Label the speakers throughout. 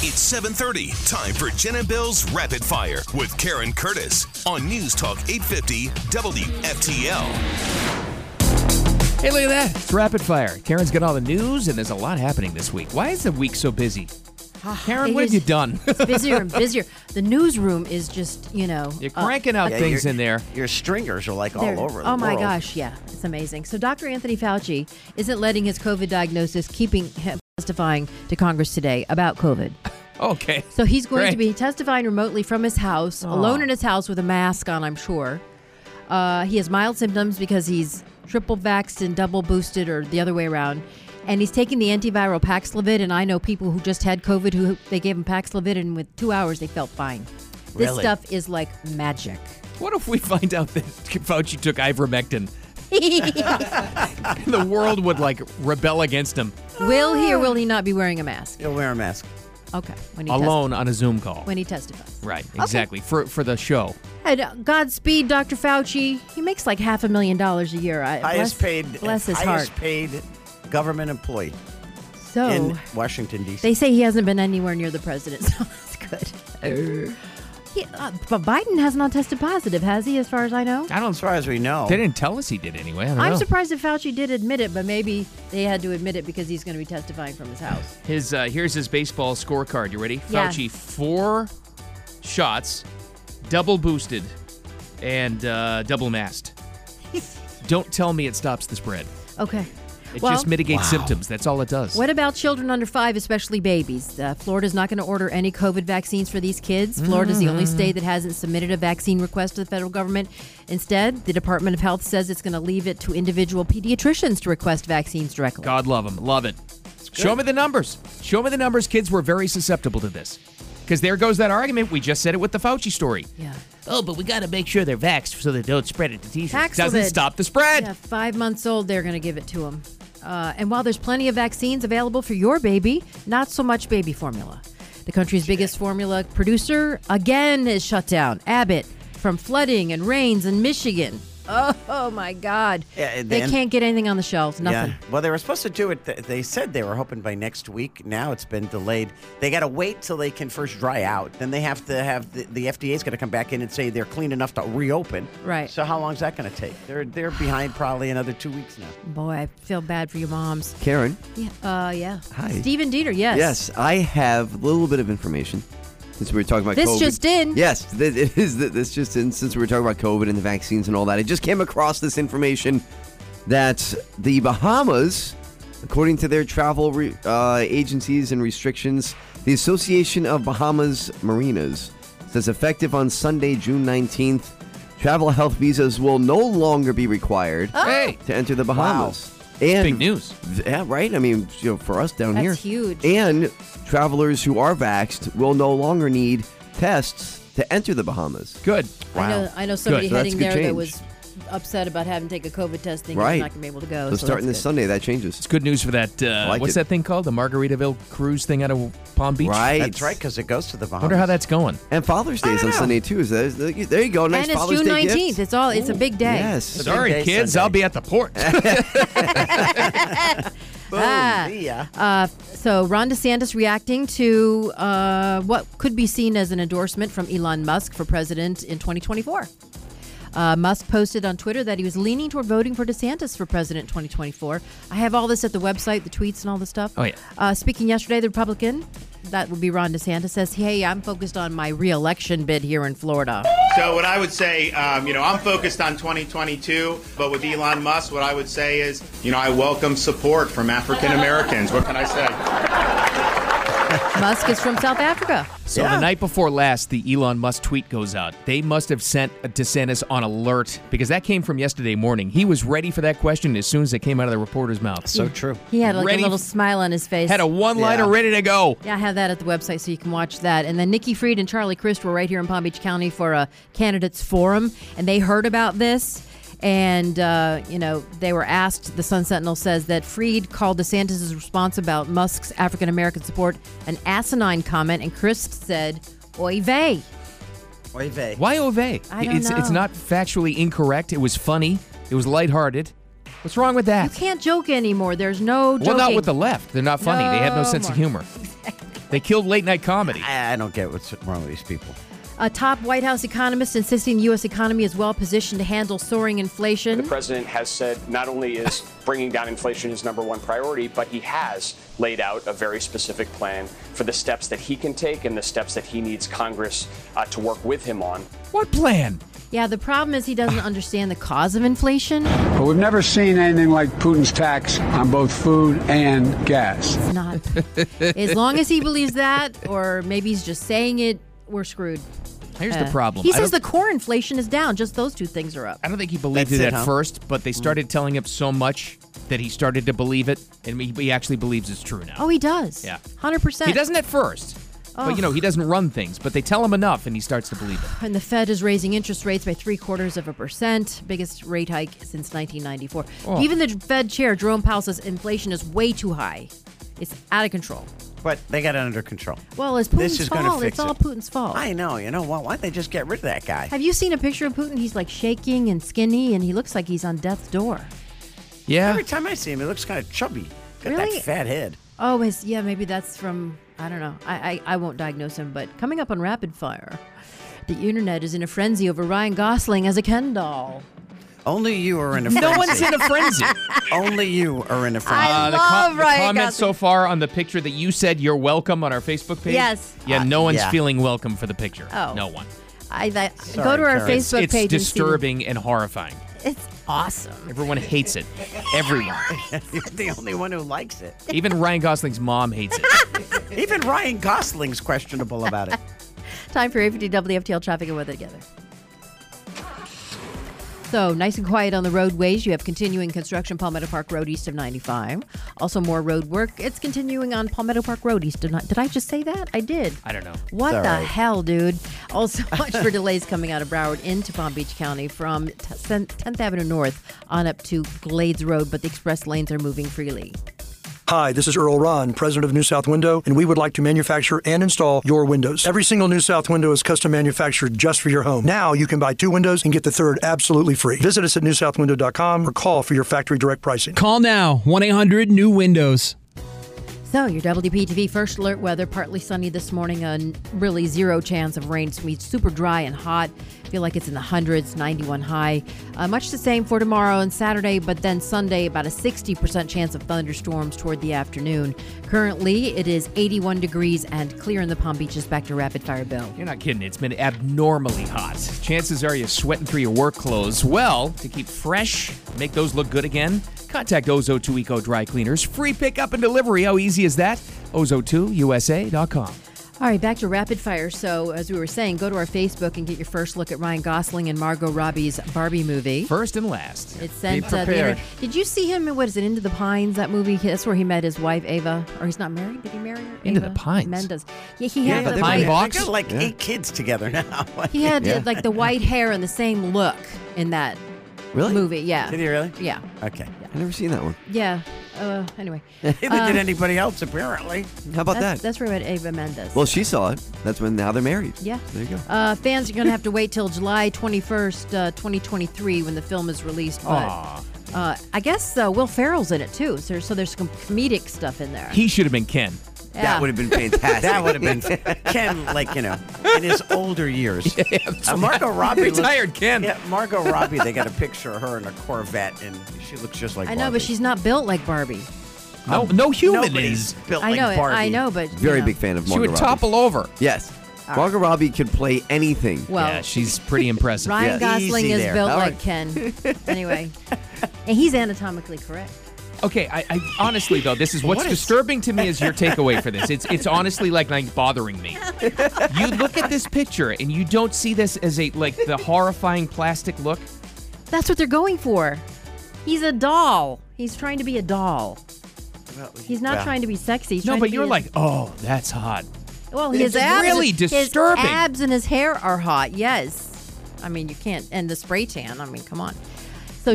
Speaker 1: It's 7:30. Time for Jen and Bill's Rapid Fire with Karen Curtis on News Talk 850 WFTL.
Speaker 2: Hey, look at that. It's rapid fire. Karen's got all the news, and there's a lot happening this week. Why is the week so busy? Karen,
Speaker 3: Ah, it
Speaker 2: what
Speaker 3: is-
Speaker 2: have you done?
Speaker 3: It's busier and busier. The newsroom is just, you know,
Speaker 2: You're
Speaker 3: uh,
Speaker 2: cranking out
Speaker 4: Yeah,
Speaker 2: things
Speaker 4: your-
Speaker 2: in there.
Speaker 4: Your stringers are like
Speaker 3: they're-
Speaker 4: all over. The
Speaker 3: oh my
Speaker 4: world.
Speaker 3: gosh, yeah, it's amazing. So Dr. Anthony Fauci isn't letting his COVID diagnosis keeping him testifying to Congress today about COVID.
Speaker 2: Okay.
Speaker 3: So he's going to
Speaker 2: Great.
Speaker 3: be testifying remotely from his house, alone in his house with a mask on, I'm sure. Uh, he has mild symptoms because he's triple vaxxed and double boosted, or the other way around. And he's taking the antiviral Paxlovid. And I know people who just had COVID who they gave him Paxlovid, and with two hours, they felt fine. This
Speaker 4: Really?
Speaker 3: stuff is like magic.
Speaker 2: What if we find out that Fauci took ivermectin? The world would like rebel against him
Speaker 3: will he or will he not be wearing a mask?
Speaker 4: You'll wear a mask.
Speaker 3: Okay. When he testi-
Speaker 2: alone on a Zoom call.
Speaker 3: when he testifies.
Speaker 2: Right, exactly. For for the show.
Speaker 3: And uh, Godspeed, Dr. Fauci. He makes like half a million dollars a year. I,
Speaker 4: Highest
Speaker 3: bless,
Speaker 4: paid.
Speaker 3: Bless his
Speaker 4: highest
Speaker 3: heart.
Speaker 4: paid government employee
Speaker 3: So
Speaker 4: in Washington D.C.
Speaker 3: They say he hasn't been anywhere near the president, so that's good. He, uh, but Biden has not tested positive, has he, as far as I know?
Speaker 2: I
Speaker 4: as
Speaker 2: don't
Speaker 4: far as we know,
Speaker 2: they didn't tell us he did anyway. I don't
Speaker 3: I'm
Speaker 2: know.
Speaker 3: surprised that Fauci did admit it, but maybe they had to admit it because he's going to be testifying from his house.
Speaker 2: His uh, here's his baseball scorecard. You ready?
Speaker 3: Yeah.
Speaker 2: Fauci four shots, double boosted, and uh, double masked. Don't tell me it stops the spread.
Speaker 3: Okay.
Speaker 2: It
Speaker 3: well,
Speaker 2: just mitigates symptoms. That's all it does.
Speaker 3: what about children under five, especially babies? Uh, Florida's not going to order any COVID vaccines for these kids. Florida's the only state that hasn't submitted a vaccine request to the federal government. Instead, the Department of Health says it's going to leave it to individual pediatricians to request vaccines directly.
Speaker 2: God love him. Love it. Show me the numbers. Show me the numbers. Kids were very susceptible to this. Because there goes that argument. We just said it with the Fauci story.
Speaker 3: Yeah.
Speaker 2: Oh, but we got to make sure they're vaxxed so they don't spread it to teachers.
Speaker 3: Paxlovid.
Speaker 2: Doesn't stop the spread.
Speaker 3: Yeah, five months old, they're going to give it to them. Uh, and while there's plenty of vaccines available for your baby, not so much baby formula. The country's biggest formula producer again is shut down. Abbott from flooding and rains in Michigan. Oh, oh my God.
Speaker 4: Yeah, and
Speaker 3: they
Speaker 4: then-
Speaker 3: can't get anything on the shelves. Nothing.
Speaker 4: Yeah. Well, they were supposed to do it. th- They said they were hoping by next week. Now it's been delayed. They got to wait till they can first dry out. Then they have to have the, the FDA's got to come back in and say they're clean enough to reopen.
Speaker 3: Right.
Speaker 4: So how long is that going to take? They're they're behind probably another two weeks now.
Speaker 3: Boy, I feel bad for your moms.
Speaker 5: Karen,
Speaker 3: Yeah. Uh, yeah.
Speaker 5: Hi.
Speaker 3: Steven Dieter, yes.
Speaker 5: yes, I have a little bit of information since we were talking about
Speaker 3: This
Speaker 5: COVID.
Speaker 3: just in.
Speaker 5: Yes, th- it is th- this just in since we were talking about COVID and the vaccines and all that. I just came across this information that the Bahamas, according to their travel re- uh, agencies and restrictions, the Association of Bahamas Marinas says effective on Sunday, June 19th, travel health visas will no longer be required
Speaker 3: Oh.
Speaker 2: Hey.
Speaker 5: to enter the Bahamas. And
Speaker 2: Big news.
Speaker 5: Yeah, right. I mean, you know, for us down
Speaker 3: That's
Speaker 5: here,
Speaker 3: huge.
Speaker 5: And travelers who are vaxxed will no longer need tests to enter the Bahamas.
Speaker 2: Good.
Speaker 3: I know, I know somebody
Speaker 5: So that's
Speaker 3: heading
Speaker 5: a good
Speaker 3: there that
Speaker 5: change.
Speaker 3: was upset about having to take a COVID test thinking
Speaker 5: Right.
Speaker 3: they're not going to be able to go.
Speaker 5: So, starting
Speaker 3: Oh, that's
Speaker 5: this
Speaker 3: good.
Speaker 5: Sunday, that changes.
Speaker 2: It's good news for that. Uh,
Speaker 5: like
Speaker 2: what's
Speaker 5: it.
Speaker 2: that thing called? The Margaritaville cruise thing out of Palm Beach?
Speaker 5: Right.
Speaker 4: That's right, because it goes to the
Speaker 2: I
Speaker 4: Bahamas.
Speaker 2: wonder how that's going.
Speaker 5: And Father's Day is on Sunday too. Is that, there you go? Nice
Speaker 3: and it's
Speaker 5: Father's
Speaker 3: June
Speaker 5: Day gift.
Speaker 3: nineteenth. It's all. It's a big day.
Speaker 5: Yes.
Speaker 2: Sorry,
Speaker 4: day,
Speaker 2: kids.
Speaker 4: Sunday.
Speaker 2: I'll be at the port.
Speaker 4: Boom.
Speaker 3: Ah.
Speaker 4: See ya.
Speaker 3: So Ron DeSantis reacting to uh, what could be seen as an endorsement from Elon Musk for president in 2024. Uh, Musk posted on Twitter that he was leaning toward voting for DeSantis for president in 2024. I have all this at the website, the tweets, and all the stuff.
Speaker 2: Oh, yeah.
Speaker 3: Uh, speaking yesterday, the Republican, that would be Ron DeSantis, says, "Hey, I'm focused on my reelection bid here in Florida."
Speaker 6: So what I would say, um, you know, I'm focused on 2022, but with Elon Musk, what I would say is, you know, I welcome support from African Americans. What can I say?
Speaker 3: Musk is from South Africa.
Speaker 2: So the night before last, the Elon Musk tweet goes out. They must have sent DeSantis on alert because that came from yesterday morning. He was ready for that question as soon as it came out of the reporter's mouth.
Speaker 4: so true.
Speaker 3: He had like
Speaker 2: Ready-
Speaker 3: a little smile on his face.
Speaker 2: Had a one-liner
Speaker 4: Yeah.
Speaker 2: ready to go.
Speaker 3: Yeah, I have that at the website so you can watch that. And then Nikki Fried and Charlie Crist were right here in Palm Beach County for a candidates forum, and they heard about this. And, uh, you know, they were asked, the Sun Sentinel says that Fried called DeSantis' response about Musk's African American support an asinine comment, and Crist said, Oy vey.
Speaker 4: Oy vey.
Speaker 2: Why Ove?
Speaker 3: I don't
Speaker 2: it's it's
Speaker 3: know.
Speaker 2: not factually incorrect. It was funny. It was lighthearted. What's wrong with that?
Speaker 3: You can't joke anymore. There's no joking.
Speaker 2: well, not with the left. They're not funny. they have no
Speaker 3: No
Speaker 2: sense of humor.
Speaker 3: more.
Speaker 2: They killed late night comedy.
Speaker 4: I I don't get what's wrong with these people.
Speaker 3: A top White House economist insisting the U.S. economy is well positioned to handle soaring inflation.
Speaker 7: The president has said not only is bringing down inflation his number one priority, but he has laid out a very specific plan for the steps that he can take and the steps that he needs Congress uh, to work with him on.
Speaker 2: What plan?
Speaker 3: Yeah, the problem is he doesn't understand the cause of inflation.
Speaker 8: But we've never seen anything like Putin's tax on both food and gas.
Speaker 3: It's not. as long as he believes that, or maybe he's just saying it, we're screwed.
Speaker 2: Here's
Speaker 3: Uh,
Speaker 2: the problem.
Speaker 3: He
Speaker 2: I
Speaker 3: says
Speaker 2: don't-
Speaker 3: the core inflation is down. Just those two things are up.
Speaker 2: I don't think he believed
Speaker 4: That's
Speaker 2: it,
Speaker 4: it,
Speaker 2: at
Speaker 4: huh? Mm.
Speaker 2: first, but they started telling him so much that he started to believe it, and he, he actually believes it's true now.
Speaker 3: Oh, he does. Oh.
Speaker 2: Yeah.
Speaker 3: hundred percent.
Speaker 2: He doesn't at first. But you know, he doesn't run things, but they tell him enough and he starts to believe it.
Speaker 3: And the Fed is raising interest rates by three quarters of a percent, biggest rate hike since 1994.
Speaker 2: Oh.
Speaker 3: Even the Fed chair, Jerome Powell, says inflation is way too high. It's out of control.
Speaker 4: But they got it under control.
Speaker 3: Well, it's
Speaker 4: This
Speaker 3: Putin's
Speaker 4: is gonna
Speaker 3: fault.
Speaker 4: fix
Speaker 3: It's all
Speaker 4: it.
Speaker 3: Putin's fault.
Speaker 4: I know. You know what? Why don't they just get rid of that guy?
Speaker 3: Have you seen a picture of Putin? He's like shaking and skinny, and he looks like he's on death's door.
Speaker 2: Yeah.
Speaker 4: Every time I see him, he looks kind of chubby. Got
Speaker 3: Really?
Speaker 4: that fat head.
Speaker 3: Oh, his, yeah, maybe that's from, I don't know. I, I, I won't diagnose him, but coming up on Rapid Fire, the internet is in a frenzy over Ryan Gosling as a Ken doll.
Speaker 4: Only you are in a
Speaker 2: No
Speaker 4: frenzy.
Speaker 2: one's in a frenzy.
Speaker 4: Only you are in a frenzy.
Speaker 2: Uh, the
Speaker 3: Love
Speaker 2: the
Speaker 3: Ryan
Speaker 2: comments
Speaker 3: Gosling.
Speaker 2: so far on the picture that you said you're welcome on our Facebook page.
Speaker 3: Yes.
Speaker 2: Yeah, no one's
Speaker 4: Uh, yeah.
Speaker 2: feeling welcome for the picture.
Speaker 3: Oh.
Speaker 2: No one.
Speaker 3: I, I Go to our
Speaker 4: Karen.
Speaker 3: Facebook
Speaker 2: it's
Speaker 3: page. and see the-
Speaker 2: disturbing and horrifying.
Speaker 3: It's awesome.
Speaker 2: Everyone hates it. Everyone.
Speaker 4: You're the only one who likes it.
Speaker 2: Even Ryan Gosling's mom hates it.
Speaker 4: Even Ryan Gosling's questionable about it.
Speaker 3: Time for A50 WFTL traffic and weather together. So nice and quiet on the roadways. You have continuing construction Palmetto Park Road east of 95. Also more road work. It's continuing on Palmetto Park Road east of. ni- Did I just say that? I did.
Speaker 2: I don't know.
Speaker 3: What
Speaker 4: It's all
Speaker 3: the
Speaker 4: right.
Speaker 3: hell, dude? Also, much for delays coming out of Broward into Palm Beach County from t- 10th Avenue North on up to Glades Road, but the express lanes are moving freely.
Speaker 9: Hi, this is Earl Ron, president of New South Window, and we would like to manufacture and install your windows. Every single New South window is custom manufactured just for your home. Now you can buy two windows and get the third absolutely free. Visit us at newsouthwindow.com or call for your factory direct pricing.
Speaker 10: Call now 1 800 New Windows.
Speaker 3: So, your WPTV first alert weather partly sunny this morning, a n- really zero chance of rain. So, it's super dry and hot. Feel like it's in the hundreds, 91 high. Uh, much the same for tomorrow and Saturday, but then Sunday, about a 60% chance of thunderstorms toward the afternoon. Currently, it is 81 degrees and clear in the Palm Beaches. Back to Rapid Fire Bill.
Speaker 2: You're not kidding. It's been abnormally hot. Chances are you're sweating through your work clothes. Well, to keep fresh, make those look good again, contact Ozo2 Eco Dry Cleaners. Free pickup and delivery. How easy is that? Ozo2USA.com.
Speaker 3: All right, back to rapid fire. So, as we were saying, go to our Facebook and get your first look at Ryan Gosling and Margot Robbie's Barbie movie.
Speaker 2: First and last.
Speaker 3: It sent uh, the inter- Did you see him in what is it, Into the Pines? That movie. That's where he met his wife Ava. Or he's not married? Did he marry her?
Speaker 2: Into
Speaker 3: Ava
Speaker 2: the Pines.
Speaker 3: Mendez. Yeah, he
Speaker 2: Yeah,
Speaker 3: had
Speaker 2: but
Speaker 3: the
Speaker 2: they were
Speaker 3: white.
Speaker 2: married. Box?
Speaker 4: They got like eight kids together now.
Speaker 3: He had uh, like the white hair and the same look in that
Speaker 5: Really?
Speaker 3: movie. Yeah.
Speaker 4: Did he really?
Speaker 3: Yeah.
Speaker 4: Okay.
Speaker 5: I've never seen that one.
Speaker 3: Yeah. Uh, anyway,
Speaker 4: Neither did
Speaker 3: Uh.
Speaker 4: anybody else apparently.
Speaker 5: How about
Speaker 3: that's,
Speaker 5: that?
Speaker 3: that's where I met Ava Mendez.
Speaker 5: well, she saw it. That's when now they're married.
Speaker 3: Yeah.
Speaker 5: There you go.
Speaker 3: Uh, fans are going to have to wait till July 21st, uh, 2023, when the film is released. But uh, I guess uh, Will Ferrell's in it too. So there's, so there's some comedic stuff in there.
Speaker 2: He should have been Ken.
Speaker 3: Yeah.
Speaker 5: That would have been fantastic.
Speaker 4: That would have been Ken, like you know, in his older years. Uh, Margot Robbie looks-
Speaker 2: Retired Ken.
Speaker 4: Yeah, Margot Robbie. They got a picture of her in a Corvette, and she looks just like.
Speaker 3: I know,
Speaker 4: Barbie.
Speaker 3: but she's not built like Barbie.
Speaker 2: No, no human
Speaker 4: Nobody's
Speaker 2: is.
Speaker 4: built
Speaker 3: I know,
Speaker 4: like
Speaker 3: it.
Speaker 4: Barbie.
Speaker 3: I know, but you
Speaker 5: Very
Speaker 3: know.
Speaker 5: big fan of
Speaker 2: She
Speaker 5: Margot
Speaker 2: would
Speaker 5: Robbie.
Speaker 2: topple over.
Speaker 5: Yes. Margot Robbie could play anything.
Speaker 3: Well,
Speaker 2: yeah, she's pretty impressive.
Speaker 3: Ryan
Speaker 4: Yeah.
Speaker 3: Gosling
Speaker 4: Easy
Speaker 3: is
Speaker 4: there.
Speaker 3: built
Speaker 5: All
Speaker 3: like
Speaker 5: right.
Speaker 3: Ken. Anyway, and he's anatomically correct.
Speaker 2: Okay, I, I honestly though, this is what's disturbing to me is your takeaway for this. It's it's honestly like like bothering me. You look at this picture and you don't see this as a like the horrifying plastic look.
Speaker 3: That's what they're going for. He's a doll. He's trying to be a doll. He's not trying to be sexy. He's
Speaker 2: No,
Speaker 3: trying
Speaker 2: but
Speaker 3: to be
Speaker 2: you're
Speaker 3: a-
Speaker 2: like, oh, that's hot.
Speaker 3: Well, his
Speaker 2: It's
Speaker 3: abs
Speaker 2: really
Speaker 3: his
Speaker 2: disturbing.
Speaker 3: abs and his hair are hot. Yes, I mean you can't. And the spray tan. I mean, come on. So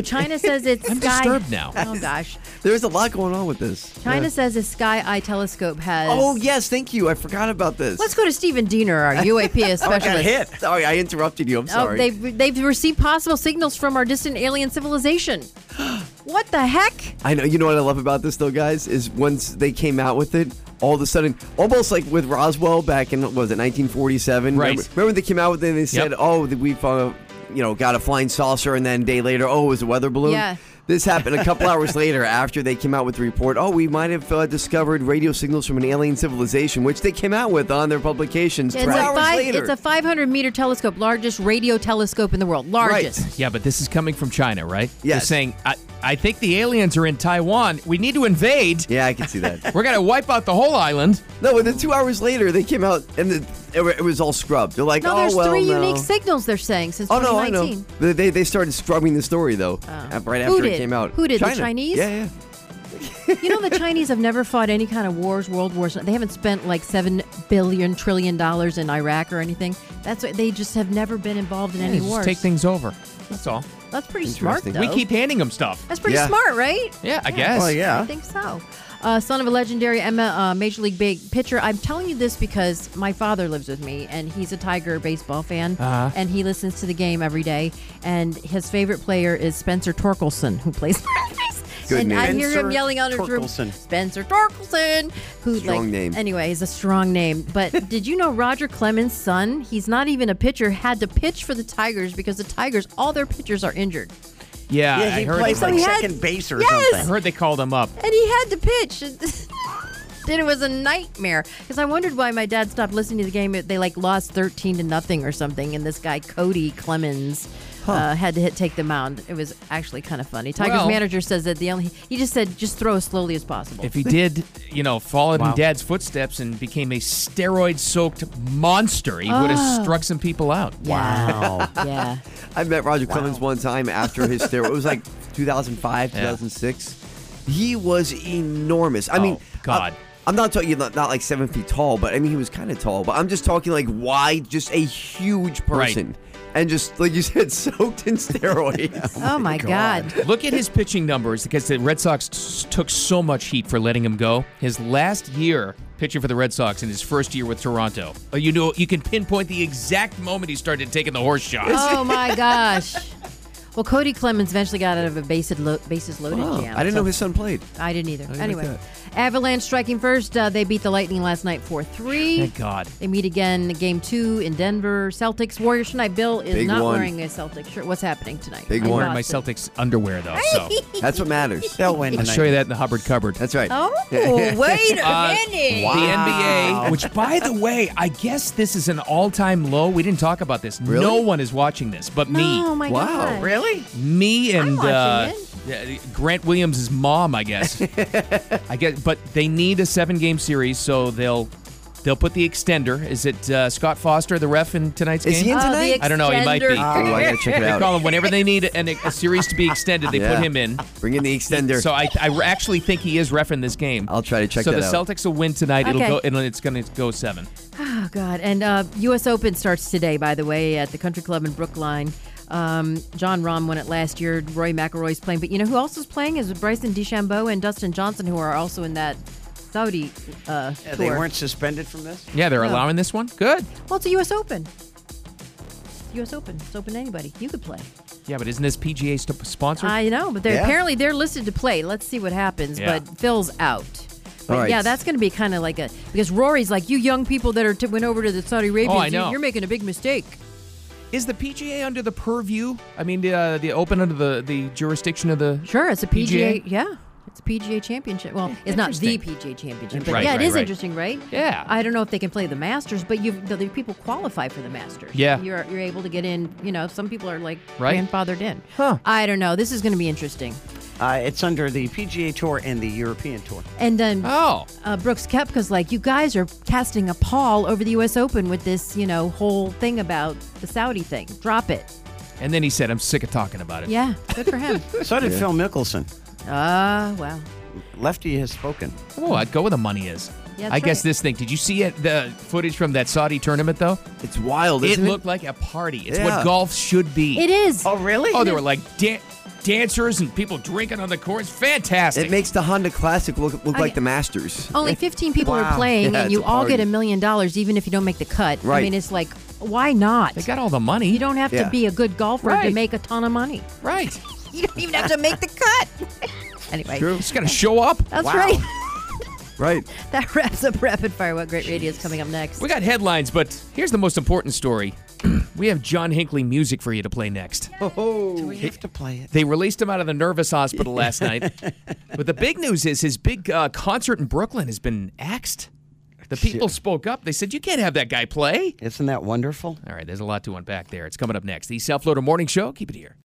Speaker 3: China says it's
Speaker 2: I'm
Speaker 3: sky.
Speaker 2: disturbed now.
Speaker 3: Oh gosh,
Speaker 5: There's a lot going on with this.
Speaker 3: China
Speaker 5: Yeah.
Speaker 3: says the Sky Eye Telescope has.
Speaker 5: Oh yes, thank you. I forgot about this.
Speaker 3: Let's go to Stephen Diener, our UAP
Speaker 5: Oh, Got
Speaker 3: specialist.
Speaker 5: hit. Sorry, I interrupted you. I'm
Speaker 3: Oh,
Speaker 5: sorry.
Speaker 3: they've they've received possible signals from our distant alien civilization. What the heck?
Speaker 5: I know. You know what I love about this though, guys, is once they came out with it, all of a sudden, almost like with Roswell back in what was it 1947?
Speaker 2: Right.
Speaker 5: Remember, remember they came out with it and they said,
Speaker 2: Yep.
Speaker 5: "Oh, that we found, you know, got a flying saucer," and then a day later, "Oh, it was a weather balloon."
Speaker 3: Yeah.
Speaker 5: This happened a couple hours later after they came out with the report. Oh, we might have uh, discovered radio signals from an alien civilization, which they came out with on their publications.
Speaker 3: It's
Speaker 5: two
Speaker 3: a,
Speaker 5: hours
Speaker 3: five,
Speaker 5: later.
Speaker 3: it's a 500 meter telescope, largest radio telescope in the world. Largest.
Speaker 2: Yeah, but this is coming from China, right? They're
Speaker 5: Yes.
Speaker 2: saying, I, I think the aliens are in Taiwan. We need to invade.
Speaker 5: yeah, I can see that.
Speaker 2: We're going to wipe out the whole island.
Speaker 5: No, and then two hours later, they came out and the, it, wa- it was all scrubbed. They're like,
Speaker 3: No,
Speaker 5: oh,
Speaker 3: there's
Speaker 5: well,
Speaker 3: three
Speaker 5: no.
Speaker 3: unique signals they're saying since
Speaker 5: Oh, no, I
Speaker 3: 2019.
Speaker 5: know. They, they, they started scrubbing the story, though, uh, right after
Speaker 3: did?
Speaker 5: it came out.
Speaker 3: Oh. Who did? The
Speaker 5: China.
Speaker 3: Chinese?
Speaker 5: Yeah, yeah.
Speaker 3: You know, the Chinese have never fought any kind of wars, world wars. They haven't spent like seven billion trillion dollars in Iraq or anything. That's what they just have never been involved in any
Speaker 2: just
Speaker 3: wars.
Speaker 2: take things over. That's all.
Speaker 3: That's pretty smart, though.
Speaker 5: Interesting.
Speaker 2: We keep handing them stuff.
Speaker 3: That's pretty
Speaker 5: Yeah.
Speaker 3: smart, right?
Speaker 2: Yeah, I guess.
Speaker 4: Well, yeah.
Speaker 3: I think so. Uh, son of a legendary Emma, uh, Major League Big pitcher. I'm telling you this because my father lives with me, and he's a Tiger baseball fan,
Speaker 2: Uh-huh.
Speaker 3: and he listens to the game every day. And his favorite player is Spencer Torkelson, who plays.
Speaker 5: Good
Speaker 3: and I
Speaker 5: name.
Speaker 3: hear him
Speaker 4: Spencer
Speaker 3: yelling out his room,
Speaker 4: Torkelson.
Speaker 3: Spencer Torkelson, who
Speaker 5: Strong
Speaker 3: like
Speaker 5: name.
Speaker 3: anyway, he's a strong name. But did you know Roger Clemens' son? He's not even a pitcher. Had to pitch for the Tigers because the Tigers, all their pitchers are injured.
Speaker 2: Yeah,
Speaker 4: Yeah,
Speaker 2: I
Speaker 4: he
Speaker 2: heard
Speaker 4: plays
Speaker 2: they-
Speaker 4: like
Speaker 3: So he had-
Speaker 4: second base or
Speaker 3: Yes!
Speaker 2: I
Speaker 4: something.
Speaker 2: heard they called him up.
Speaker 3: and he had to pitch. And it was a nightmare because I wondered why my dad stopped listening to the game. They like lost thirteen to nothing or something, and this guy Cody Clemens uh, had to hit take the mound. It was actually kind of funny. Tigers
Speaker 2: Well-
Speaker 3: manager says that the only he just said just throw as slowly as possible.
Speaker 2: If he did, you know, followed in dad's footsteps and became a steroid soaked monster, he would have struck some people out.
Speaker 4: Wow.
Speaker 3: yeah,
Speaker 5: I met Roger Clemens one time after his steroid. it was like 2005,
Speaker 2: Yeah.
Speaker 5: 2006. He was enormous. I mean,
Speaker 2: Oh, God.
Speaker 5: I, am not talking not, not like seven feet tall, but I mean he was kind of tall. But I'm just talking like wide, just a huge
Speaker 2: Right.
Speaker 5: person, and just like you said, soaked in steroids.
Speaker 3: oh my god.
Speaker 2: Look at his pitching numbers because the Red Sox t- took so much heat for letting him go. His last year pitching for the Red Sox in his first year with Toronto, uh, you know, you can pinpoint the exact moment he started taking the horse shot.
Speaker 3: Oh my gosh. Well, Cody Clemens eventually got out of a bases, lo- bases loaded
Speaker 5: Wow.
Speaker 3: jam.
Speaker 5: Oh, I didn't
Speaker 3: so-
Speaker 5: know his son played.
Speaker 3: I didn't either.
Speaker 5: didn't like
Speaker 3: anyway, Avalanche striking first. Uh, they beat the Lightning last night 4 3.
Speaker 2: Thank God.
Speaker 3: They meet again game two in Denver. Celtics, Warriors tonight. Bill is
Speaker 5: Big
Speaker 3: not
Speaker 5: one.
Speaker 3: wearing a Celtics shirt. What's happening tonight?
Speaker 5: Big
Speaker 3: in
Speaker 5: one.
Speaker 2: Wearing my
Speaker 3: Boston?
Speaker 2: Celtics underwear though, so
Speaker 5: That's what matters.
Speaker 4: They'll win
Speaker 2: I'll
Speaker 4: tonight.
Speaker 2: show you that in the Hubbard cupboard.
Speaker 5: That's right.
Speaker 3: Oh, wait a
Speaker 2: Uh,
Speaker 3: minute.
Speaker 2: The NBA, which by the way, I guess this is an all-time low. We didn't talk about this.
Speaker 5: Really?
Speaker 2: No one is watching this, but me.
Speaker 3: Oh, my
Speaker 5: Wow.
Speaker 3: God.
Speaker 4: Really?
Speaker 2: me and
Speaker 3: watching
Speaker 2: uh, yeah, Grant Williams' mom, I guess. I guess, but they need a seven-game series, so they'll they'll put the extender. Is it uh, Scott Foster, the ref in tonight's
Speaker 5: Is
Speaker 2: game?
Speaker 5: he in
Speaker 3: Oh, the
Speaker 5: tonight?
Speaker 2: I don't know, he might be.
Speaker 5: Oh, I gotta check it
Speaker 2: they
Speaker 5: out.
Speaker 2: call him whenever they need an, a series to be extended. They
Speaker 5: Yeah.
Speaker 2: put him in.
Speaker 5: Bring in the extender.
Speaker 2: So I, I actually think he is refing this game.
Speaker 5: I'll try to check
Speaker 2: so
Speaker 5: that
Speaker 2: the
Speaker 5: out.
Speaker 2: Celtics will win tonight. It'll
Speaker 3: Okay.
Speaker 2: go. It'll, it's going to go seven.
Speaker 3: Oh God! And uh, U.S. Open starts today, by the way, at the Country Club in Brookline. Um, John Rahm won it last year. Roy McIlroy's playing, but you know who else is playing is Bryson DeChambeau and Dustin Johnson, who are also in that Saudi uh, tour.
Speaker 4: Yeah, they weren't suspended from this?
Speaker 2: Yeah, they're
Speaker 3: Yeah.
Speaker 2: allowing this one. Good.
Speaker 3: Well, it's a U.S. Open. U.S. Open. It's open to anybody. You could play.
Speaker 2: Yeah, but isn't this PGA st- sponsored?
Speaker 3: I know, but they're
Speaker 4: Yeah.
Speaker 3: apparently they're listed to play. Let's see what happens.
Speaker 2: Yeah.
Speaker 3: But Phil's out. But
Speaker 5: All right.
Speaker 3: yeah, that's going to be kind of like a because Rory's like you young people that are t- went over to the Saudi Arabians.
Speaker 2: I
Speaker 3: you-
Speaker 2: know.
Speaker 3: You're making a big mistake.
Speaker 2: Is the PGA under the purview? I mean, uh, the open under the, the jurisdiction of the.
Speaker 3: Sure, it's a
Speaker 2: PGA?
Speaker 3: PGA. Yeah. It's a PGA championship. Well, it's not the PGA championship, but
Speaker 2: Right,
Speaker 3: yeah,
Speaker 2: right,
Speaker 3: it is
Speaker 2: right.
Speaker 3: interesting, right?
Speaker 2: Yeah.
Speaker 3: I don't know if they can play the Masters, but you the, the people qualify for the Masters.
Speaker 2: Yeah.
Speaker 3: You're you're able to get in, you know, some people are like
Speaker 2: Right.
Speaker 3: grandfathered in.
Speaker 2: Huh.
Speaker 3: I don't know. This is going to be interesting.
Speaker 4: Uh, it's under the PGA Tour and the European Tour.
Speaker 3: And then
Speaker 2: Oh.
Speaker 3: uh, Brooks Kepka's like, you guys are casting a pall over the U.S. Open with this, you know, whole thing about the Saudi thing. Drop it.
Speaker 2: And then he said, I'm sick of talking about it.
Speaker 3: Yeah, good for him.
Speaker 4: So did Phil Mickelson.
Speaker 3: Ah, wow.
Speaker 4: Lefty has spoken.
Speaker 2: Oh, I'd go where the money is.
Speaker 3: Yeah,
Speaker 2: I
Speaker 3: that's
Speaker 2: guess
Speaker 3: right.
Speaker 2: this thing. Did you see it, the footage from that Saudi tournament, though?
Speaker 5: it's wild,
Speaker 2: It
Speaker 5: isn't it?
Speaker 2: looked like a party. It's
Speaker 5: Yeah.
Speaker 2: what golf should be.
Speaker 3: It is.
Speaker 4: really?
Speaker 2: Oh, there were like da- dancers and people drinking on the courts. Fantastic.
Speaker 5: It makes the Honda Classic look, look
Speaker 3: I- Oh.
Speaker 5: like the Masters.
Speaker 3: Only 15 people are playing,
Speaker 5: Yeah,
Speaker 3: and
Speaker 5: it's
Speaker 3: you
Speaker 5: a
Speaker 3: all get
Speaker 5: party.
Speaker 3: a million dollars, even if you don't make the cut. I
Speaker 5: Right.
Speaker 3: mean, it's like, why not?
Speaker 2: they got all the money.
Speaker 3: you don't have
Speaker 5: Yeah.
Speaker 3: to be a good golfer to
Speaker 2: Right.
Speaker 3: make a ton of money.
Speaker 2: Right.
Speaker 3: you don't even have to make the cut. anyway,
Speaker 2: Just got to show up.
Speaker 3: that's
Speaker 4: Wow.
Speaker 3: right.
Speaker 5: Right.
Speaker 3: That wraps up Rapid Fire. What great radio is coming up next?
Speaker 2: We got headlines, but here's the most important story. we have John Hinckley music for you to play next.
Speaker 4: We have to play it.
Speaker 2: They released him out of the nervous hospital last night. But the big news is his big uh, concert in Brooklyn has been axed. The people spoke up. They said, You can't have that guy play.
Speaker 4: Isn't that wonderful?
Speaker 2: All right, there's a lot to unpack there. It's coming up next. The South Florida Morning Show. Keep it here.